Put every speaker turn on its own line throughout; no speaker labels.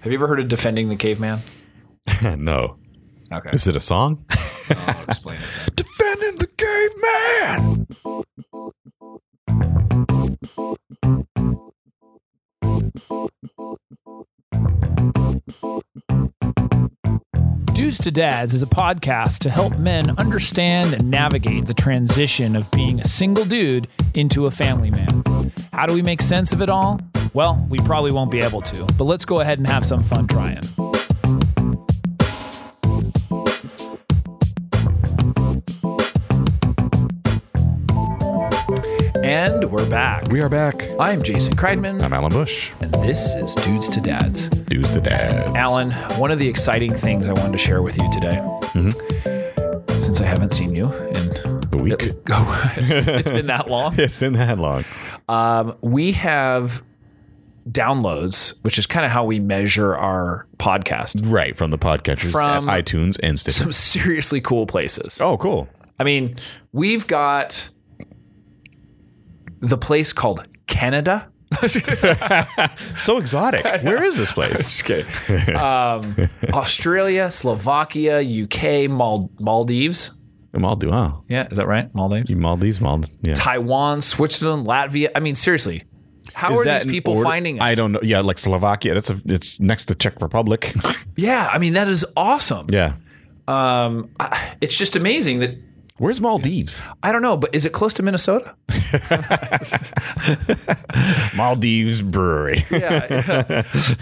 Have you ever heard of defending the caveman?
no.
Okay,
Is it a song?
I'll explain it. then.
Defending the caveman.
Dudes to Dads is a podcast to help men understand and navigate the transition of being a single dude into a family man. How do we make sense of it all? Well, we probably won't be able to, but let's go ahead and have some fun trying.
And we're back.
We are back.
I'm Jason Kreidman,
I'm Alan Bush.
and this is Dudes to Dads.
Dude's the dad.
Alan, one of the exciting things I wanted to share with you today, since I haven't seen you in Oh,
The week.
it's been that long,
It's been that long.
um, we have downloads, which is kind of how we measure our podcast
Right from the podcatchers
From-
at iTunes and Stitcher.
from seriously cool places.
Oh, cool.
I mean, we've got the place called Canada.
So exotic. Where is this place?
Um, Australia, Slovakia, UK, Mal- Maldives.
Maldives. Wow.
Yeah, is that right? Maldives.
Maldives. Maldives. Yeah.
Taiwan, Switzerland, Latvia. I mean, seriously, how
Is
are
that
these
in
people
order-
finding us?
I don't know. Yeah, like Slovakia. That's a. It's next to Czech Republic.
Yeah, I mean that is awesome.
yeah.
Um, I, it's just amazing that
Where's Maldives?
I don't know, but is it close to Minnesota?
Maldives Brewery.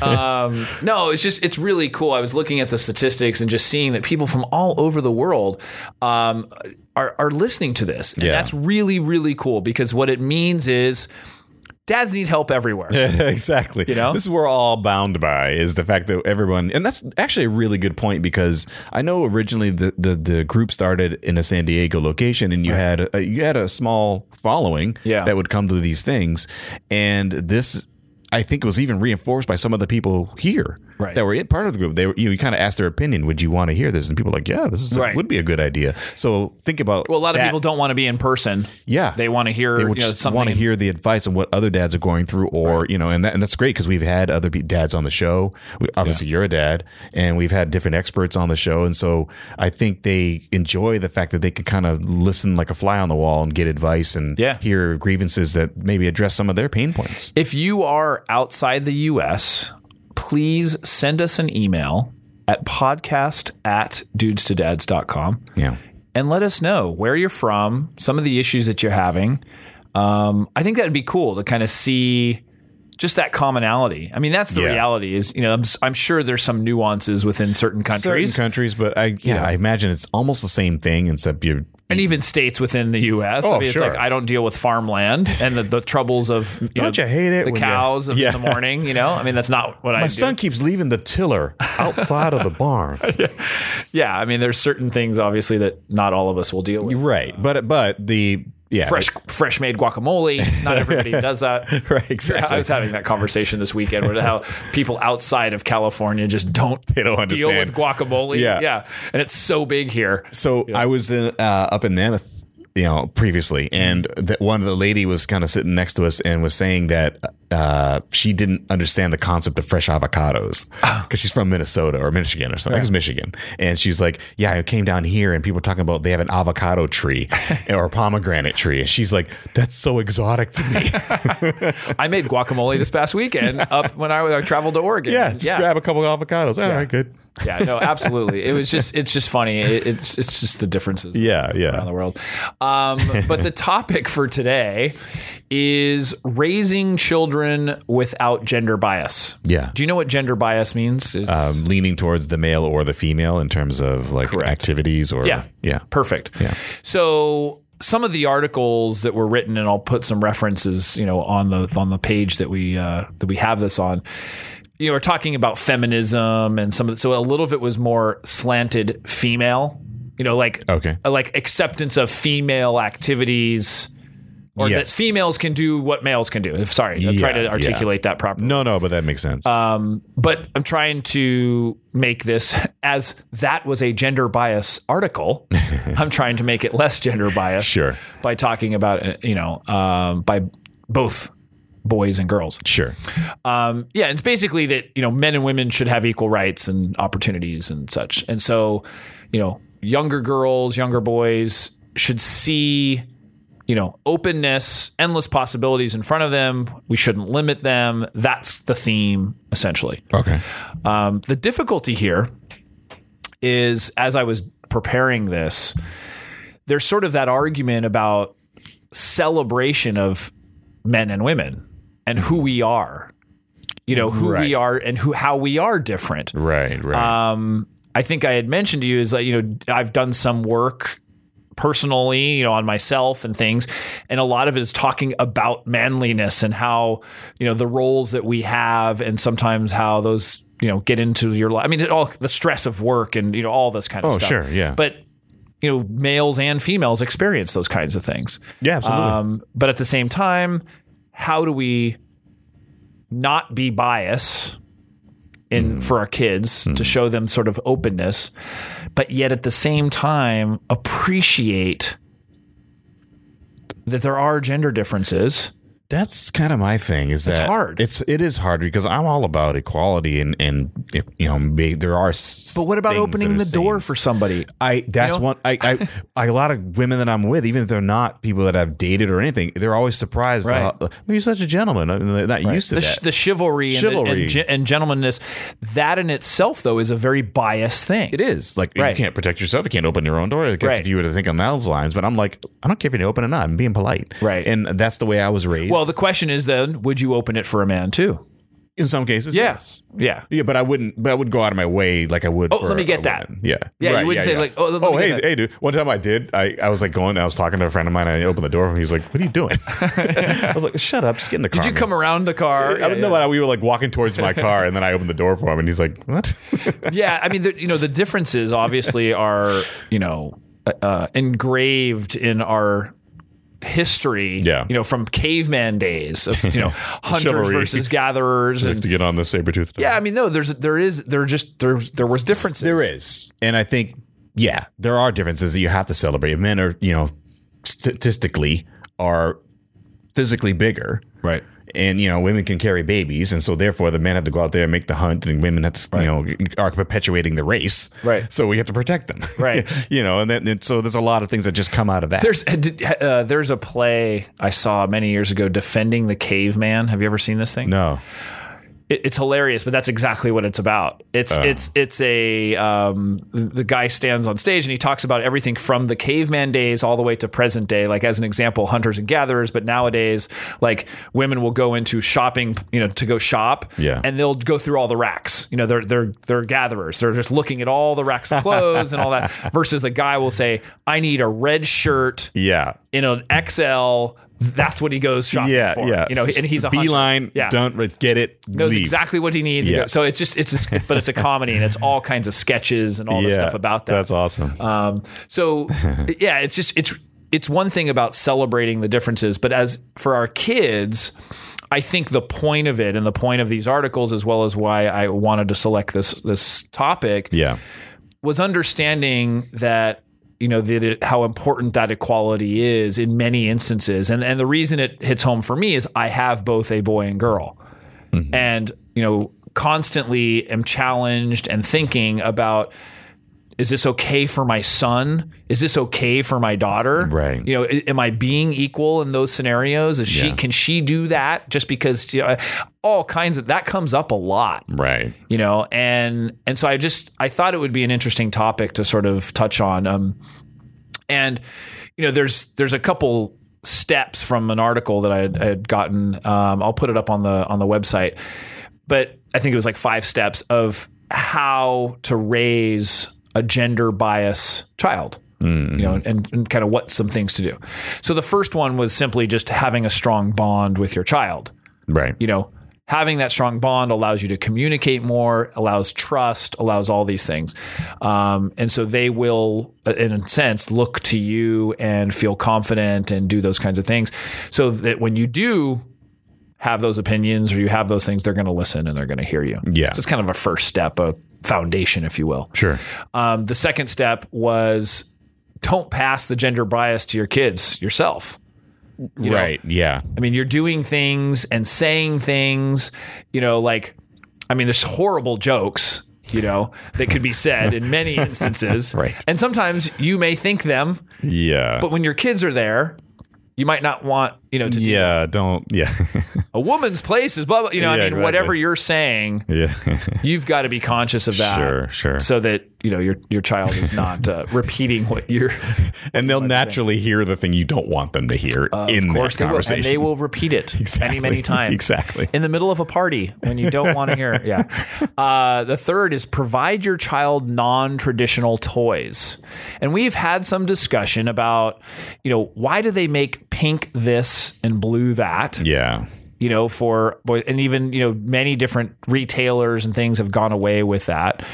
um, no, it's just it's really cool. I was looking at the statistics and just seeing that people from all over the world um, are are listening to this, and
Yeah.
that's really really cool because what it means is dads need help everywhere.
exactly. You
know?
this is what we're all bound by is the fact that everyone, and that's actually a really good point because I know originally the the, the group started in a San Diego location, and you had a, you had a small following
Yeah.
that would come to these things, and this. I think was even reinforced by some of the people here
Right.
that were in part of the group. They were, you, know, you kind of asked their opinion. Would you want to hear this? And people were like, yeah, this is
Right.
would be a good idea. So think about
Well, a lot of
that.
people don't want to be in person.
Yeah,
they want to hear
They
you
would
know,
just
something.
want to hear the advice of what other dads are going through, or you know, and that, and that's great because we've had other pe- dads on the show. We, obviously, you're a dad, and we've had different experts on the show, and so I think they enjoy the fact that they can kind of listen like a fly on the wall and get advice and
Yeah.
hear grievances that maybe address some of their pain points.
If you are outside the US, please send us an email at podcast at dudestodads.com
Yeah,
and let us know where you're from, some of the issues that you're having. Um, I think that'd be cool to kind of see just that commonality. I mean, that's the
Yeah.
reality is, you know, I'm, s- I'm sure there's some nuances within certain
certain
countries
countries, but I yeah, I imagine it's almost the same thing, except you.
and even states within the U.S. I
Oh,
mean, it's
sure.
like I don't deal with farmland and the, the troubles of you
Don't you hate it
the
when you-
cows of-
Yeah.
in the morning. You know, I mean, that's not what I
My
do.
son keeps leaving the tiller outside of the barn.
Yeah, I mean, there's certain things obviously that not all of us will deal with.
right, but but the yeah
Fresh, fresh made guacamole. Not everybody does that.
Right, exactly.
I was having that conversation this weekend with how people outside of California just don't
They don't
deal with
understand.
guacamole.
Yeah.
yeah, and it's so big here.
So I was in, uh, up in Mammoth, you know, previously,
Mm-hmm.
and that one of the lady was kind of sitting next to us and was saying that uh, she didn't understand the concept of fresh avocados
Ah.
because she's from Minnesota or Michigan or something. I think It was Michigan, and she's like, "Yeah, I came down here, and people were talking about they have an avocado tree or a pomegranate tree," and she's like, "That's so exotic to me."
I made guacamole this past weekend up when I, I traveled to Oregon.
yeah, just grab a couple of avocados. All right, good.
yeah, no, absolutely. It was just, it's just funny. It, it's, it's just the differences.
Yeah,
around the
yeah.
world. Um, but the topic for today is raising children without gender bias.
Yeah.
Do you know what gender bias means? It's-
Um, leaning towards the male or the female in terms of like activities or
Yeah.
yeah.
Perfect.
Yeah.
So some of the articles that were written, and I'll put some references, you know, on the on the page that we uh, that we have this on. You know, are talking about feminism and some of the, so a little of it was more slanted female. You know, like
Okay.
uh, like acceptance of female activities. Or
Yes.
that females can do what males can do. If sorry, I'm trying
Yeah,
to
yeah.
articulate that properly.
No, no, but that makes sense.
Uh, But I'm trying to make this as that was a gender bias article. I'm trying to make it less gender biased
Sure.
by talking about uh, you know um, by both boys and girls.
Sure.
Um, yeah, it's basically that you know men and women should have equal rights and opportunities and such. And so, you know, younger girls, younger boys should see, you know, openness, endless possibilities in front of them. We shouldn't limit them. That's the theme essentially.
Okay.
Um, the difficulty here is as I was preparing this, there's sort of that argument about celebration of men and women and who we are, you know, who we
Right.
are and who how we are different.
Right. Right.
Um, I think I had mentioned to you is like you know I've done some work personally, you know, on myself and things, and a lot of it is talking about manliness and how you know the roles that we have, and sometimes how those you know get into your life. I mean, it all the stress of work and you know all this kind of
Oh,
stuff.
sure, yeah.
but. You know, males and females experience those kinds of things.
yeah. Absolutely.
Um, but at the same time, how do we not be biased
Mm-hmm.
in for our kids to show them sort of openness, but yet at the same time appreciate that there are gender differences?
that's kind of my thing is that
hard.
it's it is hard because i'm all about equality and and you know may- there are s-
But what about
things that
opening
are
the door
seen.
for somebody?
I that's
You know?
one I, I I a lot of women that I'm with, even if they're not people that I've dated or anything, they're always surprised.
Right.
how- well, you're such a gentleman. I mean, They're not used to
The,
that.
sh- the chivalry, And, the,
Chivalry.
and, gen- and gentlemanness, that in itself, though, is a very biased thing.
it is like
Right.
you can't protect yourself. You can't open your own door. I guess
Right.
if you were to think on those lines, but I'm like, I don't care if you open or not. I'm being polite.
Right.
And that's the way I was raised.
Well, the question is then, would you open it for a man too?
in some cases, yes.
Yeah.
Yeah, but I wouldn't. But I would go out of my way like I would. Oh,
let me get that.
Yeah,
Yeah, you wouldn't say, like, "Oh, let me
oh,
get
hey,
that."
hey, dude. One time I did. I, I was like going. I was talking to a friend of mine. and I opened the door, and he's like, "What are you doing?" I was like, "Shut up, just get in the car."
Did you
man."
come around the car?
I don't know. why We were like walking towards my car, and then I opened the door for him, and he's like, "What?"
yeah, I mean, the, you know, the differences obviously are, you know, uh, uh, engraved in our history.
Yeah.
you know, from caveman days of you know hunters
Chivalry.
versus gatherers, and
to get on the saber tooth.
yeah, I mean, no, there's there is there just there there was differences.
There is, and I think yeah, there are differences that you have to celebrate. Men are, you know, statistically are physically bigger,
right.
and you know women can carry babies and so therefore the men have to go out there and make the hunt and women have to, you know are perpetuating the race
Right.
so we have to protect them
Right.
you know and then and so there's a lot of things that just come out of that
There's uh, did- uh, there's a play I saw many years ago defending the caveman. Have you ever seen this thing?
no
it, it's hilarious, but that's exactly what it's about. It's
Uh.
it's it's a um, the, the guy stands on stage and he talks about everything from the caveman days all the way to present day. Like as an example, hunters and gatherers, but nowadays, like women will go into shopping, you know, to go shop,
Yeah.
and they'll go through all the racks. You know, they're they're they're gatherers. They're just looking at all the racks of clothes and all that. Versus the guy will say, "I need a red shirt
yeah
in an XL." That's what he goes shopping
yeah
for.
yeah
You know, and he's a hunter.
beeline
Yeah
don't re- get it
knows
leave.
exactly what he needs.
Yeah.
So it's just it's just, but it's a comedy and it's all kinds of sketches and all
yeah
this stuff about that.
that's awesome
um, so yeah, it's just it's it's one thing about celebrating the differences, but as for our kids, I think the point of it and the point of these articles, as well as why I wanted to select this this topic,
yeah
was understanding that you know that it, how important that equality is in many instances and and the reason it hits home for me is I have both a boy and girl
Mm-hmm.
and you know constantly am challenged and thinking about is this okay for my son is this okay for my daughter
Right.
you know a- am i being equal in those scenarios is she
Yeah.
can she do that just because you know, all kinds of that comes up a lot
right
you know and and so i just i thought it would be an interesting topic to sort of touch on um and you know there's there's a couple steps from an article that i had, I had gotten um, i'll put it up on the on the website but i think it was like five steps of how to raise a gender bias child you know and, and kind of what some things to do so the first one was simply just having a strong bond with your child
right
you know, having that strong bond allows you to communicate more, allows trust, allows all these things. Um, and so they will, uh, in a sense, look to you and feel confident and do those kinds of things. So that when you do have those opinions or you have those things, they're going to listen and they're going to hear you.
Yeah.
So it's kind of a first step, a foundation, if you will.
sure
Um, the second step was don't pass the gender bias to your kids yourself. you know?
right. Yeah.
I mean, you're doing things and saying things, you know, like, I mean, there's horrible jokes, you know, that could be said in many instances.
Right.
And sometimes you may think them,
Yeah.
but when your kids are there, you might not want, you know, to do
yeah. Don't. Yeah.
a woman's place is blah, blah. You know, I mean,
Yeah, exactly.
whatever you're saying,
yeah.
you've got to be conscious of that.
Sure, sure.
So that, you know, your, your child is not uh, repeating what you're,
and they'll naturally hear the thing you don't want them to hear in
of course,
that
they will. And
conversation.
they will repeat it many,
Exactly.
many times.
Exactly.
in the middle of a party when you don't want to hear it. Yeah. Uh, the third is provide your child non traditional toys. And we've had some discussion about, you know, why do they make pink this and blue that?
Yeah.
you know, for boys, and even, you know, many different retailers and things have gone away with that.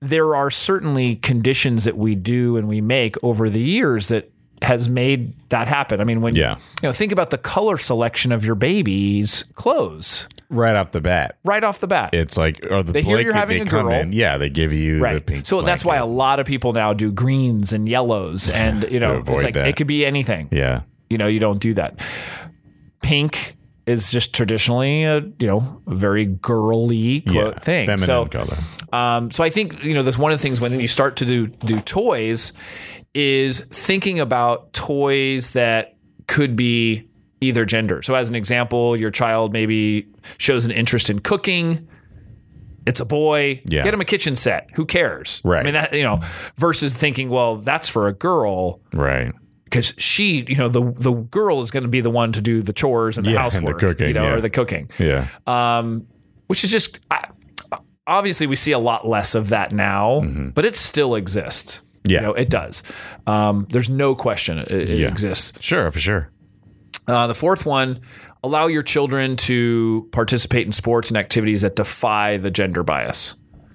There are certainly conditions that we do and we make over the years that has made that happen. I mean, when
Yeah.
you know, think about the color selection of your baby's clothes
Right off the bat,
right off the bat.
it's like oh the
They hear
blanket
you're having
they
a
come
girl.
in. Yeah, they give you the
Right.
pink.
So that's why a
blanket.
lot of people now do greens and yellows and you know, it's
avoid
like
that.
it could be anything.
Yeah.
you know you don't do that pink is just traditionally a you know a very girly quote
yeah.
thing
Feminine
so
color.
um so i think you know that's one of the things when you start to do do toys is thinking about toys that could be either gender so as an example your child maybe shows an interest in cooking it's a boy
Yeah.
get him a kitchen set who cares i
Right.
mean that you know versus thinking well that's for a girl
Right.
because she, you know, the the girl is going to be the one to do the chores and the
Yeah, and the
housework,
cooking,
you know,
yeah.
or the cooking,
Yeah.
which is just I, obviously we see a lot less of that now, but it still exists.
Mm-hmm. Yeah.
you know, it does. Um, there's no question it, it
Yeah.
exists.
sure. For sure.
Uh, the fourth one, allow your children to participate in sports and activities that defy the gender bias.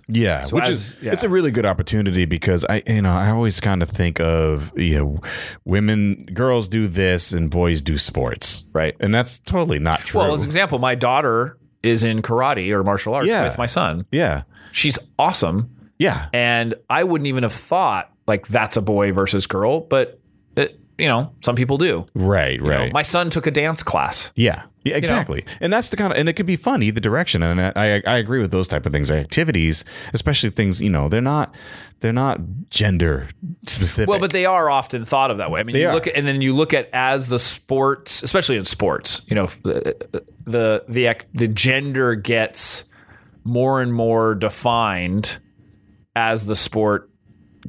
Yeah, which
as-
is
yeah.
it's a really good opportunity because I you know I always kind of think of you know women girls do this and boys do sports
Right.
and that's totally not true.
Well, as an example, my daughter is in karate or martial arts
Yeah.
with my son.
yeah,
She's awesome.
yeah,
and I wouldn't even have thought like that's a boy versus girl, but it, you know, some people do.
right,
You know,
right,
my son took a dance class.
yeah. Yeah, exactly, and that's the kind of, and it could be fun either direction, and I, I, I agree with those type of things, activities, especially things you know they're not, they're not gender specific.
Well, but they are often thought of that way. I mean, you
are.
look at, and then you look at as the sports, especially in sports, you know, the the the, ac- the gender gets more and more defined as the sport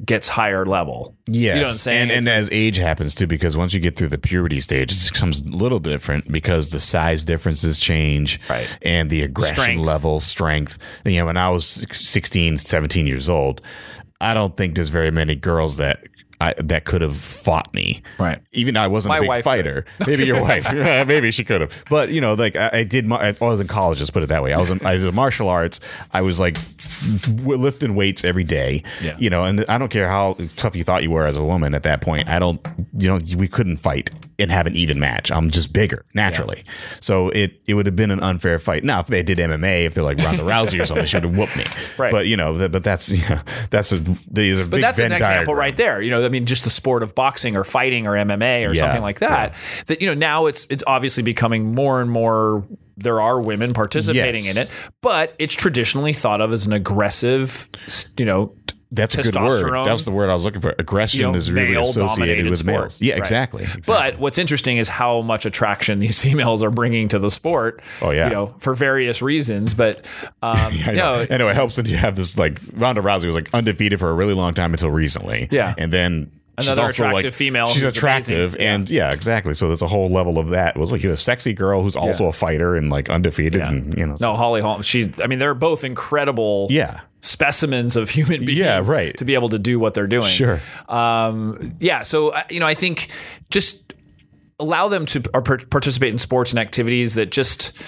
gets higher level.
Yes.
You know what I'm saying?
And, and
It's-
as age happens too, because once you get through the puberty stage, it becomes a little different because the size differences change.
Right.
And the aggression
Strength.
level, strength. And, you know, when I was 16, 17 years old, I don't think there's very many girls that I, that could have fought me.
Right.
Even though I wasn't
My
a big
wife
fighter. Maybe your wife. Maybe she could have. But, you know, like I, I did, my, I was in college, let's put it that way. I was in, I did martial arts. I was like lifting weights every day.
Yeah.
You know, and I don't care how tough you thought you were as a woman at that point. I don't, you know, we couldn't fight and have an even match. I'm just bigger naturally. So it, it would have been an unfair fight. Now, if they did MMA, if they're like Ronda Rousey or something, she would have whooped me.
Right.
But, you know, that, but that's, yeah, that's a, these are
But
big
that's
Venn
an example
diagram.
right there. You know, I mean, just the sport of boxing or fighting or MMA or
Yeah,
something like that. That you know now it's it's obviously becoming more and more. There are women participating
Yes.
in it, but it's traditionally thought of as an aggressive, you know,
That's a good word.
Testosterone.
That was the word I was looking for. Aggression
You know,
is really associated
male-dominated
with
sport.
males. Yeah,
Right.
exactly. exactly.
But what's interesting is how much attraction these females are bringing to the sport.
Oh, yeah.
you know for various reasons. But um,
I
you
know.
know,
I know it helps that you have this like Ronda Rousey was like undefeated for a really long time until recently.
Yeah.
and then she's
Another
also like,
attractive female
She's
who's
attractive,
amazing. Yeah.
and yeah, exactly. So there's a whole level of that. It was like you're a sexy girl who's also a fighter and like undefeated,
Yeah.
and you know,
no, Holly Holm. She, I mean, they're both incredible.
yeah,
specimens of human beings
Yeah, right.
to be able to do what they're doing.
Sure.
Um, yeah. So, I- you know, I think just allow them to or par- participate in sports and activities that just,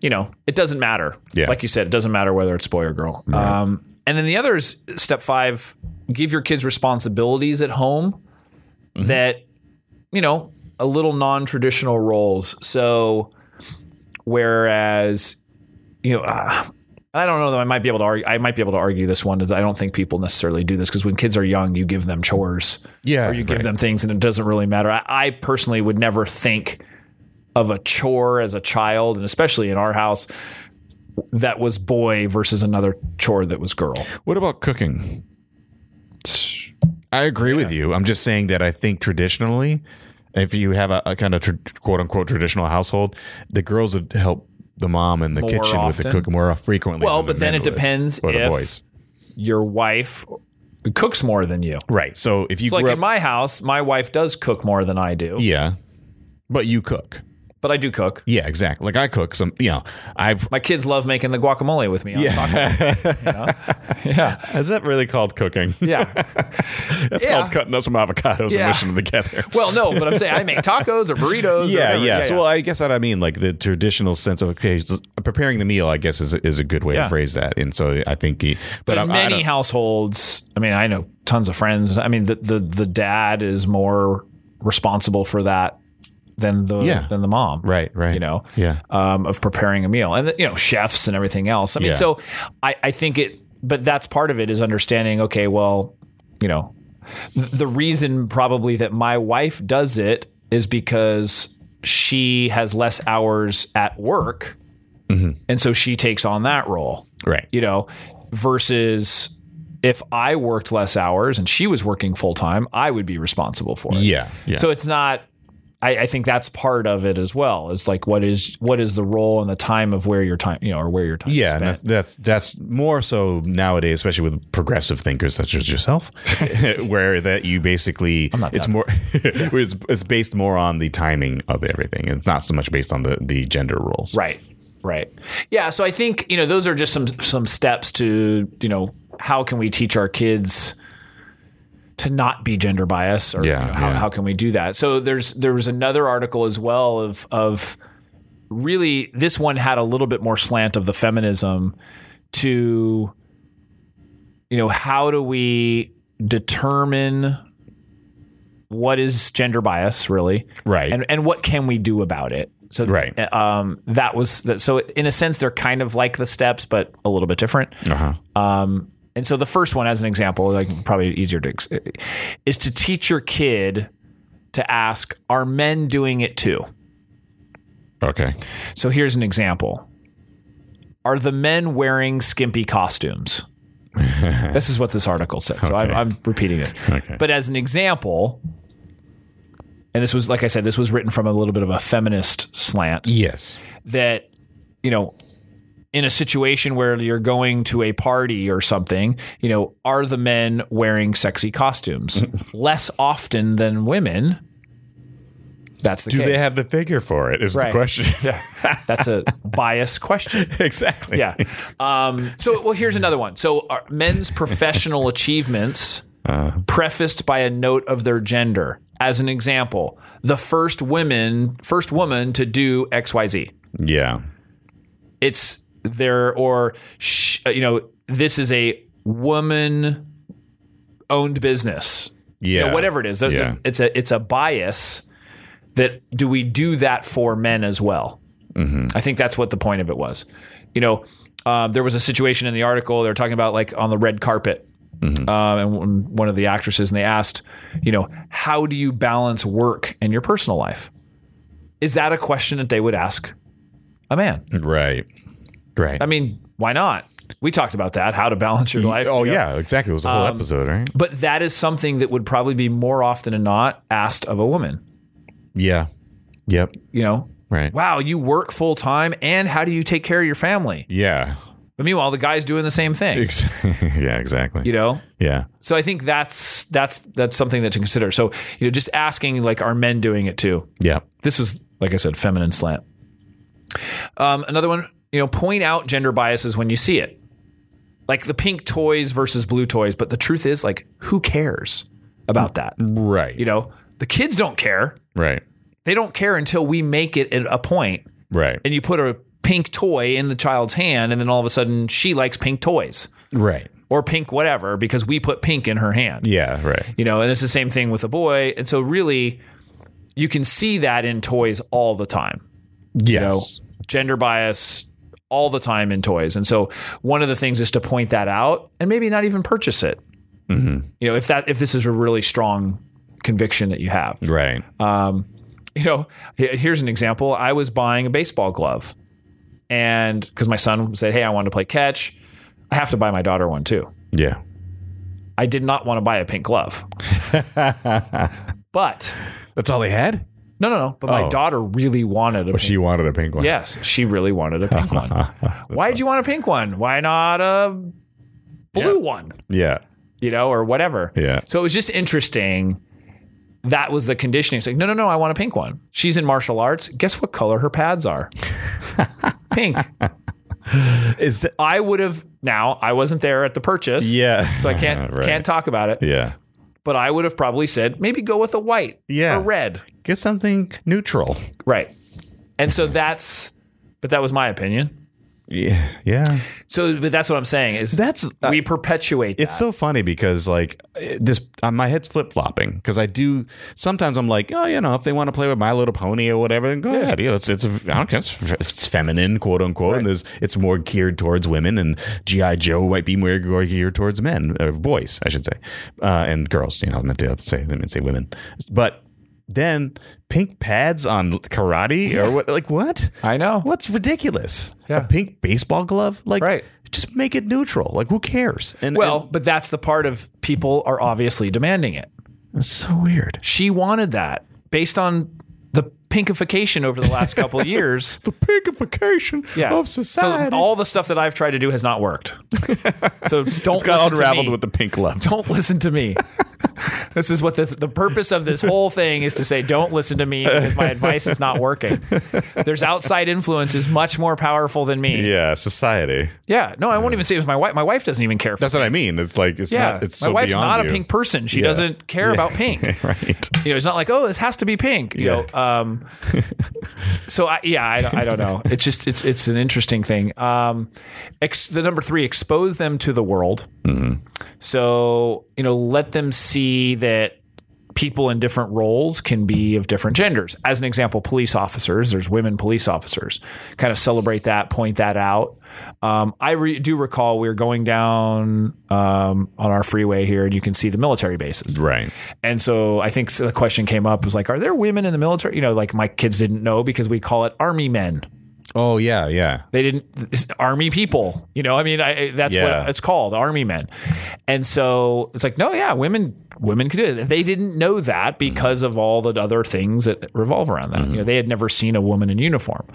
you know, it doesn't matter.
Yeah.
Like you said, it doesn't matter whether it's boy or girl. Um, and then the other is step five give your kids responsibilities at home that, you know, a little non traditional roles. So, whereas, you know, uh, and I don't know that I might be able to argue. I might be able to argue this one is I don't think people necessarily do this because when kids are young, you give them chores
Yeah,
or you give
right.
them things, and it doesn't really matter. I, I personally would never think of a chore as a child, and especially in our house, that was boy versus another chore that was girl.
What about cooking? I agree with you. I'm just saying that I think traditionally, if you have a, a kind of tr quote unquote traditional household, the girls would help the mom in the kitchen with the
often.
cooking more frequently.
Well,
than the
but then
men
it
would,
depends
or the
if-
boys.
Your wife cooks more than you.
Right. So if you
Like
grew up,
in my house, my wife does cook more than I do,
yeah, but you cook.
but I do cook.
Yeah, exactly. Like I cook some. You know, I've
My kids love making the guacamole with me. On yeah.
is that really called cooking?
yeah.
That's
Yeah.
called cutting up some avocados and
Yeah.
mushing them together.
Well, no, but I'm saying I make tacos or burritos. or
yeah,
whatever.
yeah. So well, I guess that I mean like the traditional sense of okay, s- preparing the meal. I guess is is a good way
Yeah.
to phrase that. And so I think he, but,
But
I'm,
in
many I
many
don't-
households, I mean, I know tons of friends. I mean, the the, the dad is more responsible for that than the
Yeah.
than the mom,
Right, right.
You know,
Yeah.
um, of preparing a meal and you know chefs and everything else. I mean,
Yeah.
so I I think it, but that's part of it is understanding. Okay, well, you know, th- the reason probably that my wife does it is because she has less hours at work,
Mm-hmm.
and so she takes on that role
right.
you know, versus if I worked less hours and she was working full time, I would be responsible for it.
Yeah, yeah.
So it's not. I, I think that's part of it as well. Is like what is what is the role and the time of where your time, you know, or where your time.
yeah,
is
and
spent.
that's, that's that's more so nowadays, especially with progressive thinkers such as yourself, where that you basically it's more it's, it's based more on the timing of everything. It's not so much based on the the gender roles.
Right. Right. Yeah. So I think you know those are just some some steps to you know how can we teach our kids to not be gender biased or you
Yeah,
know, how,
yeah.
how can we do that? So there's there was another article as well of of really this one had a little bit more slant of the feminism to you know how do we determine what is gender bias really
Right.
and and what can we do about it so
Right.
um, that was that. So in a sense, they're kind of like the steps, but a little bit different.
Uh-huh.
Um, and so the first one, as an example, like probably easier to, ex- is to teach your kid to ask, "Are men doing it too?"
Okay.
So here's an example: Are the men wearing skimpy costumes? this is what this article said. So I'm,
Okay.
I'm repeating this.
Okay.
But as an example, and this was like I said, this was written from a little bit of a feminist slant.
Yes.
that you know in a situation where you're going to a party or something you know are the men wearing sexy costumes less often than women that's the
Do
case.
they have the figure for it? Is
Right.
the question.
that's a biased question
exactly.
yeah um, so well here's another one so are men's professional achievements
Uh-huh.
prefaced by a note of their gender as an example the first women first woman to do xyz
Yeah.
it's there or sh- uh, you know this is a woman owned business
Yeah.
you know, whatever it is The- the-
Yeah.
it's a it's a bias that do we do that for men as well
Mm-hmm.
i think that's what the point of it was you know um, there was a situation in the article they were talking about like on the red carpet
Mm-hmm.
um, and one- one of the actresses and they asked you know how do you balance work and your personal life is that a question that they would ask a man
Right. Right.
I mean, why not? We talked about that, how to balance your life.
oh yeah, exactly. It was a whole
Um,
episode, right?
But that is something that would probably be more often than not asked of a woman,
Yeah. Yep.
you know?
Right.
Wow, you work full time and how do you take care of your family?
Yeah.
But meanwhile, the guy's doing the same thing,
Ex- yeah. Exactly.
you know?
yeah.
So I think that's that's that's something that to consider. So, you know, just asking like are men doing it too?
Yeah.
This was like I said, feminine slant. Um, another one, you know, point out gender biases when you see it. Like the pink toys versus blue toys, but the truth is like who cares about that?
Right.
You know, the kids don't care.
Right.
They don't care until we make it at a point
Right.
and you put a pink toy in the child's hand and then all of a sudden she likes pink toys
Right.
or pink whatever because we put pink in her hand.
Yeah. Right.
You know, and it's the same thing with a boy. And so really you can see that in toys all the time.
Yes.
know, gender bias all the time in toys. And so one of the things is to point that out and maybe not even purchase it.
Mm-hmm.
You know, if that if this is a really strong conviction that you have.
Right.
You know, he- here's an example. I was buying a baseball glove. And because my son said, Hey, I want to play catch. I have to buy my daughter one too.
yeah.
I did not want to buy a pink glove. but
That's all they had?
no, no, no. But my
Oh.
daughter really wanted a pink
She wanted a pink one.
Yes, she really wanted a pink one. Why'd you want a pink one? Why not a blue one?
Yeah.
You know, or whatever.
Yeah.
So it was just interesting. That was the conditioning. It's like, no, no, no, I want a pink one. She's in martial arts. Guess what color her pads are? pink.
Is that,
I would have now, I wasn't there at the purchase.
yeah.
So I can't
Right.
can't talk about it.
Yeah.
But I would have probably said, maybe go with a white
Yeah.
or red.
Get something neutral.
Right. And so that's but that was my opinion.
Yeah. Yeah. Uh,
So, but that's what I'm saying is
That's-
we perpetuate.
It's so funny because like it just uh, my head's flip flopping because I do sometimes I'm like oh you know if they want to play with My Little Pony or whatever then go ahead yeah it's it's I don't care it's, it's feminine quote unquote and there's it's more geared towards women and GI Joe might be more geared towards men or boys I should say uh, and girls you know I meant to say I didn't say women but then pink pads on karate or what like what
I know.
what's ridiculous
Yeah.
a pink baseball glove like
Right.
just make it neutral like who cares and
Well, but that's the part of people are obviously demanding it.
That's so weird.
She wanted that based on the pinkification over the last couple of years
The pinkification
So all the stuff that I've tried to do has not worked. So don't
got
listen
unraveled
to me.
with the pink gloves.
don't listen to me. this is what the, the purpose of this whole thing is to say don't listen to me because my advice is not working. There's outside influences much more powerful than me. Yeah.
Yeah, society.
no, I won't even say it was my wife. My wife doesn't even care. For
That's what I mean. It's like it's
Yeah,
not. It's
my
so
wife's
beyond
not a
you.
pink person. She
Yeah.
doesn't care about pink.
right.
You know, it's not like oh, this has to be pink. You
Yeah.
know, um, so I, yeah, I, don't- I don't know. It's just it's it's an interesting thing. Um, ex, the number three, expose them to the world. So you know, let them see that people in different roles can be of different genders. As an example, police officers, there's women police officers. Kind of celebrate that, point that out. Um, I re- do recall we were going down um, on our freeway here, and you can see the military bases.
Right.
And so I think the question came up was like, are there women in the military? You know, like my kids didn't know because we call it army men.
Oh yeah, yeah.
They didn't it's army people. You know, I mean, I, that's
Yeah.
what it's called, army men. And so it's like, no, yeah, women women could do it. They didn't know that because of all the other things that revolve around that.
Mm-hmm.
You know, they had never seen a woman in uniform,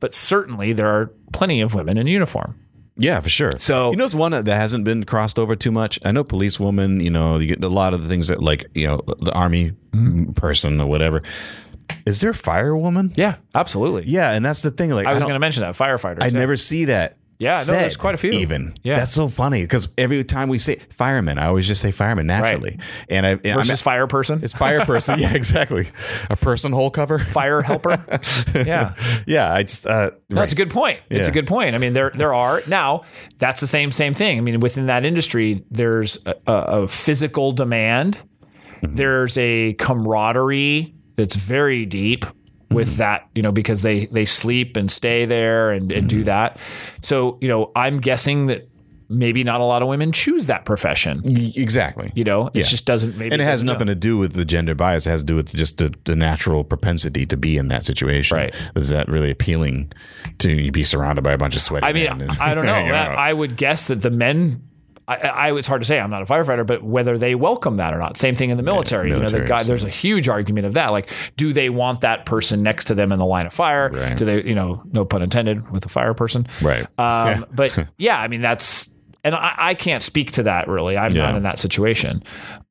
but certainly there are plenty of women in uniform.
Yeah, for sure.
So-
you know, it's one that hasn't been crossed over too much. I know police woman. You know, you get a lot of the things that like you know the army person or whatever. Is there fire woman?
Mm-hmm. Yeah, absolutely.
Yeah, and that's the thing. Like
I was
don't-
going to mention that firefighters.
I
yeah.
never see that.
Yeah, no,
said,
there's quite a few.
Even
Yeah.
that's so funny because every time we say fireman, I always just say fireman naturally, and I and I'm-
versus fire person,
it's fire person. yeah, exactly. A person hole cover.
fire helper. yeah.
yeah, I just uh,
No, That's a good point. It's a
Yeah.
good point. I mean, there there are now. That's the same same thing. I mean, within that industry, there's a, a, a physical demand.
Mm-hmm.
There's a camaraderie that's very deep
Mm-hmm.
with that. You know, because they they sleep and stay there and, and
Mm-hmm.
do that. So you know, I'm guessing that maybe not a lot of women choose that profession.
Y- exactly.
You know, it just doesn't. Maybe
and it has
doesn't-
nothing to do with the gender bias. It has to do with just the, the natural propensity to be in that situation.
Right.
Is that really appealing to be surrounded by a bunch of sweaty
I mean,
men?
I don't know.
You
That- I would guess that the men. I, I it's hard to say. I'm not a firefighter, but whether they welcome that or not. Same thing in the military. you know, the
military,
guy,
so-
there's a huge argument of that. Like, do they want that person next to them in the line of fire?
Right.
Do they, you know, no pun intended, with a fire person?
Right.
Um, But yeah, I mean, that's, and I, I can't speak to that really. I'm not
Yeah.
in that situation.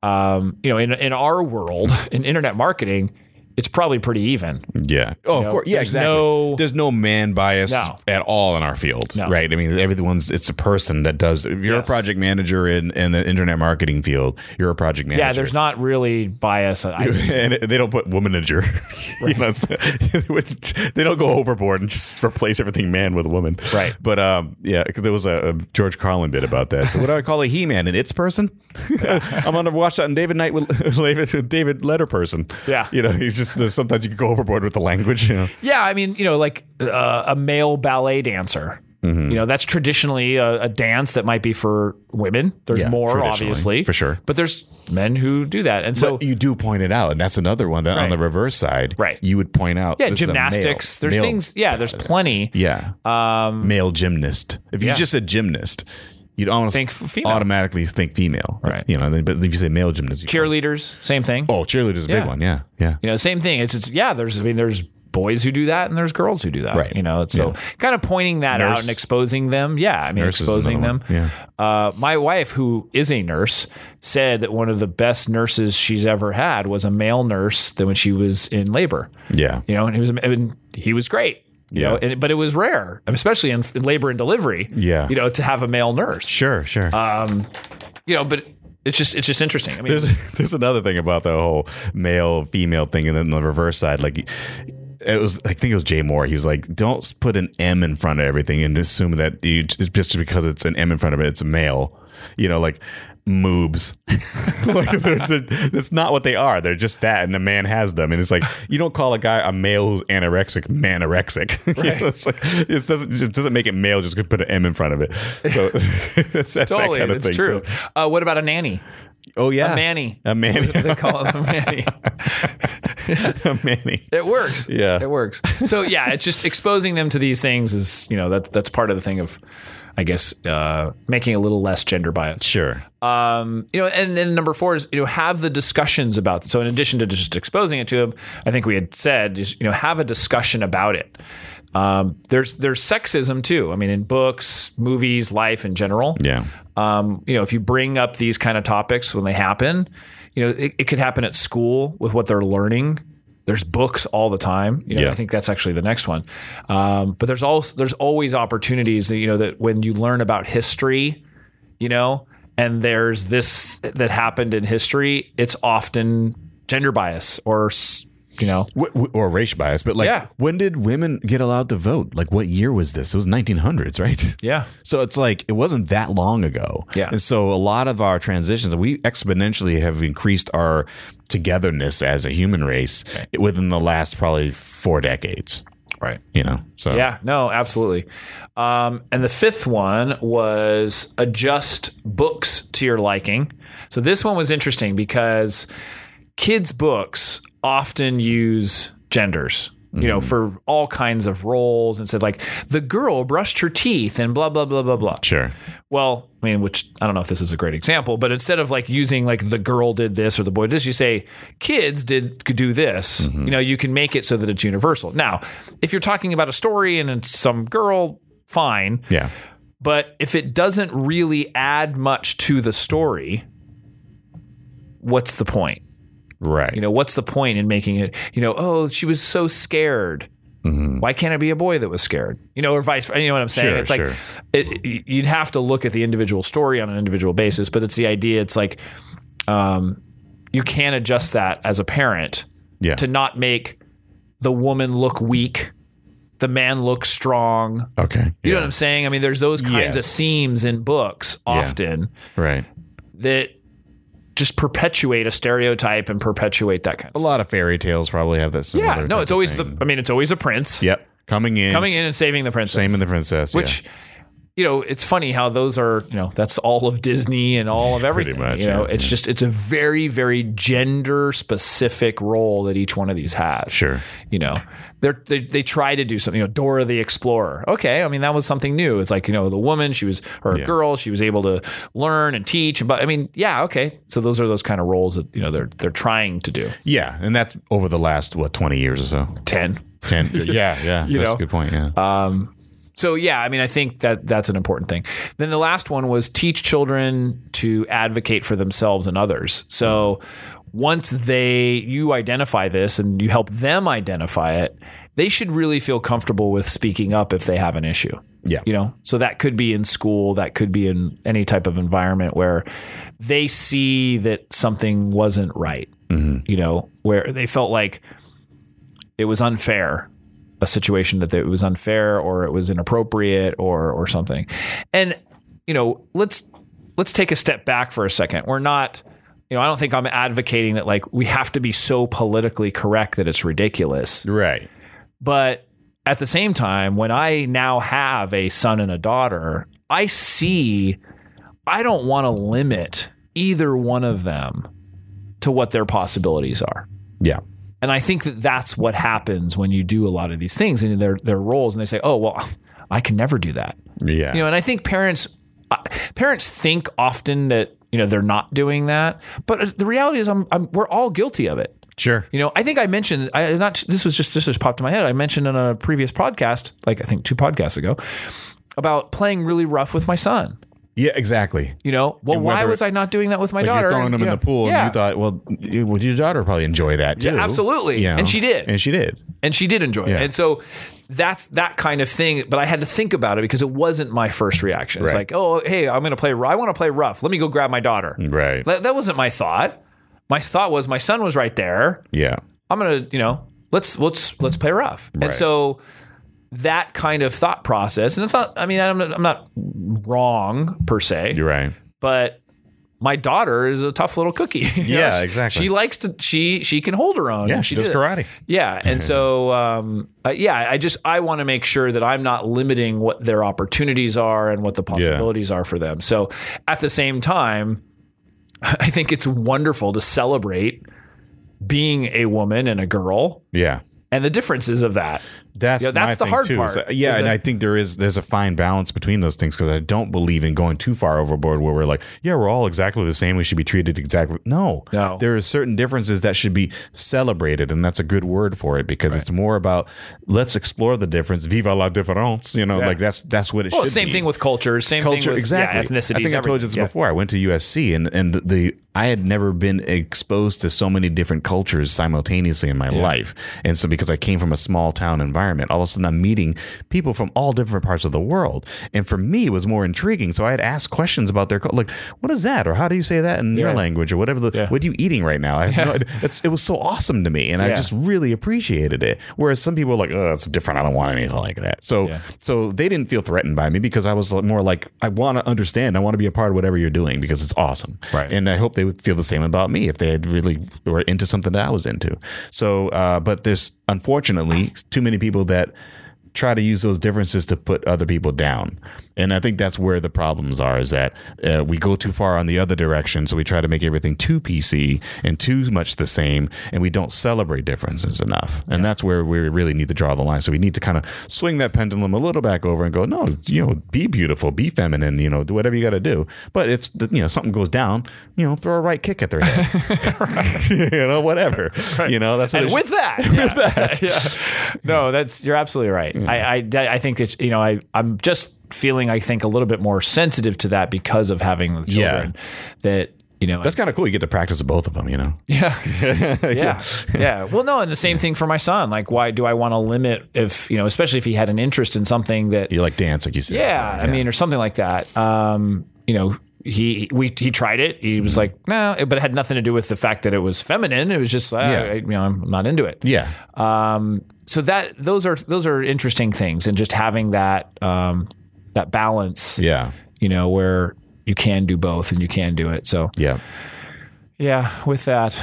Um, you know, in, in our world, in internet marketing, it's probably pretty even.
Yeah. Oh, of
know,
course. Yeah,
there's
exactly.
no-
there's no man bias
No.
at all in our field,
No.
right? I mean, everyone's it's a person that does. If you're
Yes.
a project manager in, in the internet marketing field, you're a project manager.
Yeah, there's not really bias. I,
And they don't put womanager. you know, it's- they don't go overboard and just replace everything man with woman.
Right.
But um, yeah, because there was a, a George Carlin bit about that. So what do I call a he man? An its person? I'm gonna watch that in David Knight with David David Letter person.
Yeah.
You know, he's just there's sometimes you can go overboard with the language. You know.
Yeah, I mean, you know, like uh, a male ballet dancer.
Mm-hmm.
You know, that's traditionally a, a dance that might be for women. There's
Yeah,
more,
traditionally,
obviously,
for sure.
But there's men who do that, and so
but you do point it out, and that's another one that on the
Right.
reverse side,
Right.
You would point out,
yeah,
this is a male-
gymnastics. there's
male-
things. Yeah, there's plenty.
yeah, um, male gymnast. If you
yeah.
just said gymnast, you'd almost
Think f- female.
automatically think female,
Right.
You know, then- but if you say male gymnast, you-
Cheerleaders, same thing.
oh, cheerleader's a
Yeah.
big one, yeah, yeah.
You know, same thing. It's, it's yeah. There's I mean, there's boys who do that, and there's girls who do that.
Right.
You know, it's so kind of pointing that out
Nurse.
and exposing them. Yeah, I mean,
Nurse is
exposing
another
them.
one. Yeah.
Uh, my wife, who is a nurse, said that one of the best nurses she's ever had was a male nurse. That when she was in labor.
Yeah.
You know, and he was and he was great. You
Yeah.
know, and, but it was rare, especially in, in labor and delivery.
Yeah.
You know, to have a male nurse.
Sure, sure.
You know, but it's just it's just interesting. I mean,
there's there's another thing about the whole male female thing, and then the reverse side, like. It was, I think it was Jay Moore. He was like, "Don't put an M in front of everything and assume that you, just because it's an M in front of it, it's a male." You know, like moobs. like they're just- that's not what they are. They're just that, and the man has them. And it's like you don't call a guy a male who's anorexic manorexic. You know, it's like it doesn't it doesn't make it male just because put an M in front of it. So it's that's
totally,
that kind of
it's
thing.
true.
too.
Uh, what about a nanny?
Oh yeah,
A manny.
a manny,
they call it a nanny.
a manny.
It works.
Yeah.
it works. So yeah, it's just exposing them to these things is you know that that's part of the thing of, I guess, uh, making a little less gender bias.
Sure.
Um, you know, and then number four is you know have the discussions about. So in addition to just exposing it to him, I think we had said just you know have a discussion about it. Um, there's there's sexism too. I mean, in books, movies, life in general.
Yeah.
Um, you know, if you bring up these kind of topics when they happen, you know, it, it could happen at school with what they're learning. There's books all the time. You know,
Yeah.
I think that's actually the next one. Um, but there's also there's always opportunities that you know that when you learn about history, you know, and there's this that happened in history, it's often gender bias or s- you know,
or race bias, but like,
Yeah.
when did women get allowed to vote? Like, what year was this? It was 1900s, right?
Yeah.
So it's like it wasn't that long ago.
Yeah.
And so a lot of our transitions, we exponentially have increased our togetherness as a human race within the last probably four decades.
right.
You know. So
Yeah, no, absolutely. Um, and the fifth one was adjust books to your liking. So this one was interesting because kids' books often use genders. You know, for all kinds of roles, and said like the girl brushed her teeth and blah blah blah blah blah.
Sure.
Well, I mean, which I don't know if this is a great example, but instead of like using like the girl did this or the boy did this, you say kids did could do this. You know, you can make it so that it's universal. Now, if you're talking about a story and it's some girl, fine.
Yeah.
But if it doesn't really add much to the story, what's the point?
Right.
You know, what's the point in making it, you know, oh, she was so scared. Why can't it be a boy that was scared? You know, or vice You know what I'm saying?
Mm-hmm. Sure,
it's like
sure.
it, it- you'd have to look at the individual story on an individual basis, but it's the idea. It's like um, you can adjust that as a parent
yeah.
to not make the woman look weak, the man look strong.
okay.
You know what I'm saying? I mean, there's those kinds of
Yes.
themes in books often
Right.
that just perpetuate a stereotype and perpetuate that kind of
A lot of fairy tales probably have this.
Yeah, no, it's always the. I mean, it's always a prince
Yep. Coming in.
coming in and saving the princess.
Same in the princess. yeah.
which, you know, it's funny how those are. You know, that's all of Disney and all of everything.
much,
you know,
yeah,
it's just it's a very very gender specific role that each one of these has.
Sure.
You know, they're, they they try to do something. You know, Dora the Explorer. Okay, I mean that was something new. It's like you know the woman she was or a
Yeah.
girl she was able to learn and teach. But I mean, yeah, okay. So those are those kind of roles that you know they're they're trying to do.
Yeah, and that's over the last what twenty years or so.
Ten.
Ten. yeah, yeah.
You
that's
know? Uh,
a good point. Yeah.
So yeah, I mean, I think that that's an important thing. Then the last one was teach children to advocate for themselves and others. So once they you identify this and you help them identify it, they should really feel comfortable with speaking up if they have an issue.
Yeah.
You know, so that could be in school, that could be in any type of environment where they see that something wasn't right. You know, where they felt like it was unfair a situation that it was unfair or it was inappropriate or or something and you know let's let's take a step back for a second we're not you know i don't think i'm advocating that like we have to be so politically correct that it's ridiculous
right.
but at the same time, when I now have a son and a daughter, I see I don't want to limit either one of them to what their possibilities are.
Yeah.
And I think that that's what happens when you do a lot of these things and their their roles, and they say, "Oh, well, I can never do that."
Yeah.
You know, and I think parents uh, parents think often that you know they're not doing that, but uh, the reality is, I'm, I'm we're all guilty of it.
sure.
You know, I think I mentioned I not this was just this just popped in my head. I mentioned in a previous podcast, like I think two podcasts ago, about playing really rough with my son.
Yeah, exactly.
You know, well,
And
why
whether-
was I not doing that with my
Like
daughter?
you're throwing them
You
in
know,
the pool,
yeah.
and you thought, well, you- well, your daughter would probably enjoy that too.
Yeah, absolutely.
You know?
And she did.
And she did.
and she did enjoy
Yeah.
it. And so that's that kind of thing. But I had to think about it because it wasn't my first reaction. It's
Right.
like, oh, hey, I'm going to play. I want to play rough. Let me go grab my daughter.
Right.
That, that wasn't my thought. My thought was my son was right there.
yeah.
I'm gonna, you know, let's let's let's play rough. And
Right.
so that kind of thought process, and it's not. I mean, I'm not, I'm not wrong per se,
You're right.
but my daughter is a tough little cookie. You
Yeah,
she-
exactly.
She likes to. She she can hold her own.
Yeah, she does
did it.
karate.
Yeah, and so um, uh, yeah, I just I want to make sure that I'm not limiting what their opportunities are and what the possibilities are for them. So at the same time, I think it's wonderful to celebrate being a woman and a girl
Yeah.
and the differences of that.
That's
Yeah, that's the
my thing,
hard
too, is
part,
that- yeah,
is
and
that-
I think there is there's a fine balance between those things because I don't believe in going too far overboard where we're like, yeah, we're all exactly the same. We should be treated exactly. No,
No.
there are certain differences that should be celebrated, and that's a good word for it because it's more about let's explore the difference. Viva la difference. You know, like that's that's what it
Well,
should.
same
be.
thing with cultures, same
culture
thing with
exactly
yeah, ethnicities.
I think I told you
everything.
this
Yeah.
before. I went to USC and and the I had never been exposed to so many different cultures simultaneously in my life, and so because I came from a small town environment, all of a sudden I'm meeting people from all different parts of the world, and for me it was more intriguing. So I had asked questions about their cul- like what is that or how do you say that in your language or whatever the what are you eating right now? I have no idea. It's, it was so awesome to me, and I
Yeah.
just really appreciated it. Whereas some people are like, oh, it's different. I don't want anything like that. So so they didn't feel threatened by me because I was more like, I want to understand. I want to be a part of whatever you're doing because it's awesome.
Right.
And I hope they would feel the same about me if they had really were into something that I was into. So, uh, but there's unfortunately too many people that try to use those differences to put other people down. And I think that's where the problems are is that uh, we go too far on the other direction. So we try to make everything too PC and too much the same. And we don't celebrate differences enough. And that's where we really need to draw the line. So we need to kind of swing that pendulum a little back over and go, no, you know, be beautiful, be feminine, you know, do whatever you got to do. But if, you know, something goes down, you know, throw a right kick at their head, you know, whatever, you know, that's what
And
it
with that, with that, yeah. no, that's you're absolutely right. I, I that- I think it's you know I I'm just feeling I think a little bit more sensitive to that because of having the
Yeah.
children that you know
that's kind of cool. You get to practice both of them, you know?
yeah yeah well no and the same thing for my son like why do I want to limit if you know especially if he had an interest in something that
You like dance, like you said.
yeah, I mean, or something like that. Um, you know, he we he tried it. He was like, no, but it had nothing to do with the fact that it was feminine. It was just, uh,
Yeah.
I- you know, I'm not into it.
Yeah.
Um, so that those are those are interesting things, and just having that um, that balance,
Yeah.
you know, where you can do both and you can do it. So
Yeah.
yeah, with that,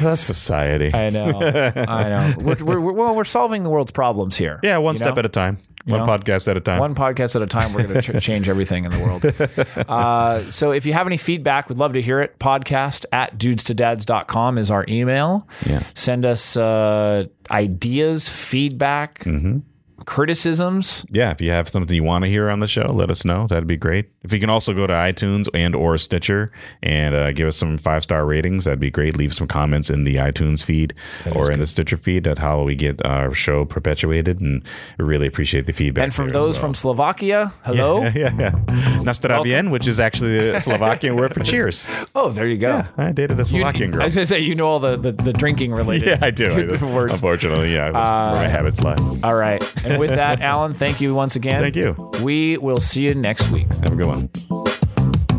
That's society.
I know, I know. We're, we're, we're, well, we're solving the world's problems here.
yeah, one
you
step
know?
at a time, one
know?
podcast at a time.
One podcast at a time, we're going to ch- change everything in the world. Uh, so if you have any feedback, we'd love to hear it. Podcast at dudestodads.com is our email.
Yeah.
Send us uh, ideas, feedback,
Mm-hmm.
criticisms.
yeah, if you have something you want to hear on the show, let us know. That'd be great. If you can also go to iTunes and or Stitcher and uh, give us some five star ratings, that'd be great. Leave some comments in the iTunes feed or in the Stitcher feed. That how we get our show perpetuated, and we really appreciate the feedback.
And from
there as
those Mm-hmm.
well.
from Slovakia, hello.
yeah, yeah, Nastaravien, which is actually the Slovakian word for cheers.
Oh, there you go.
I dated a
You-
Slovakian girl.
I was going to say, you know all the, the, the drinking related
Yeah, I do. I do.
words.
Unfortunately, yeah, that's
Uh,
where my habits lie.
All right. And with that, Alan, thank you once again.
Thank you.
We will see you next week.
Have a good one.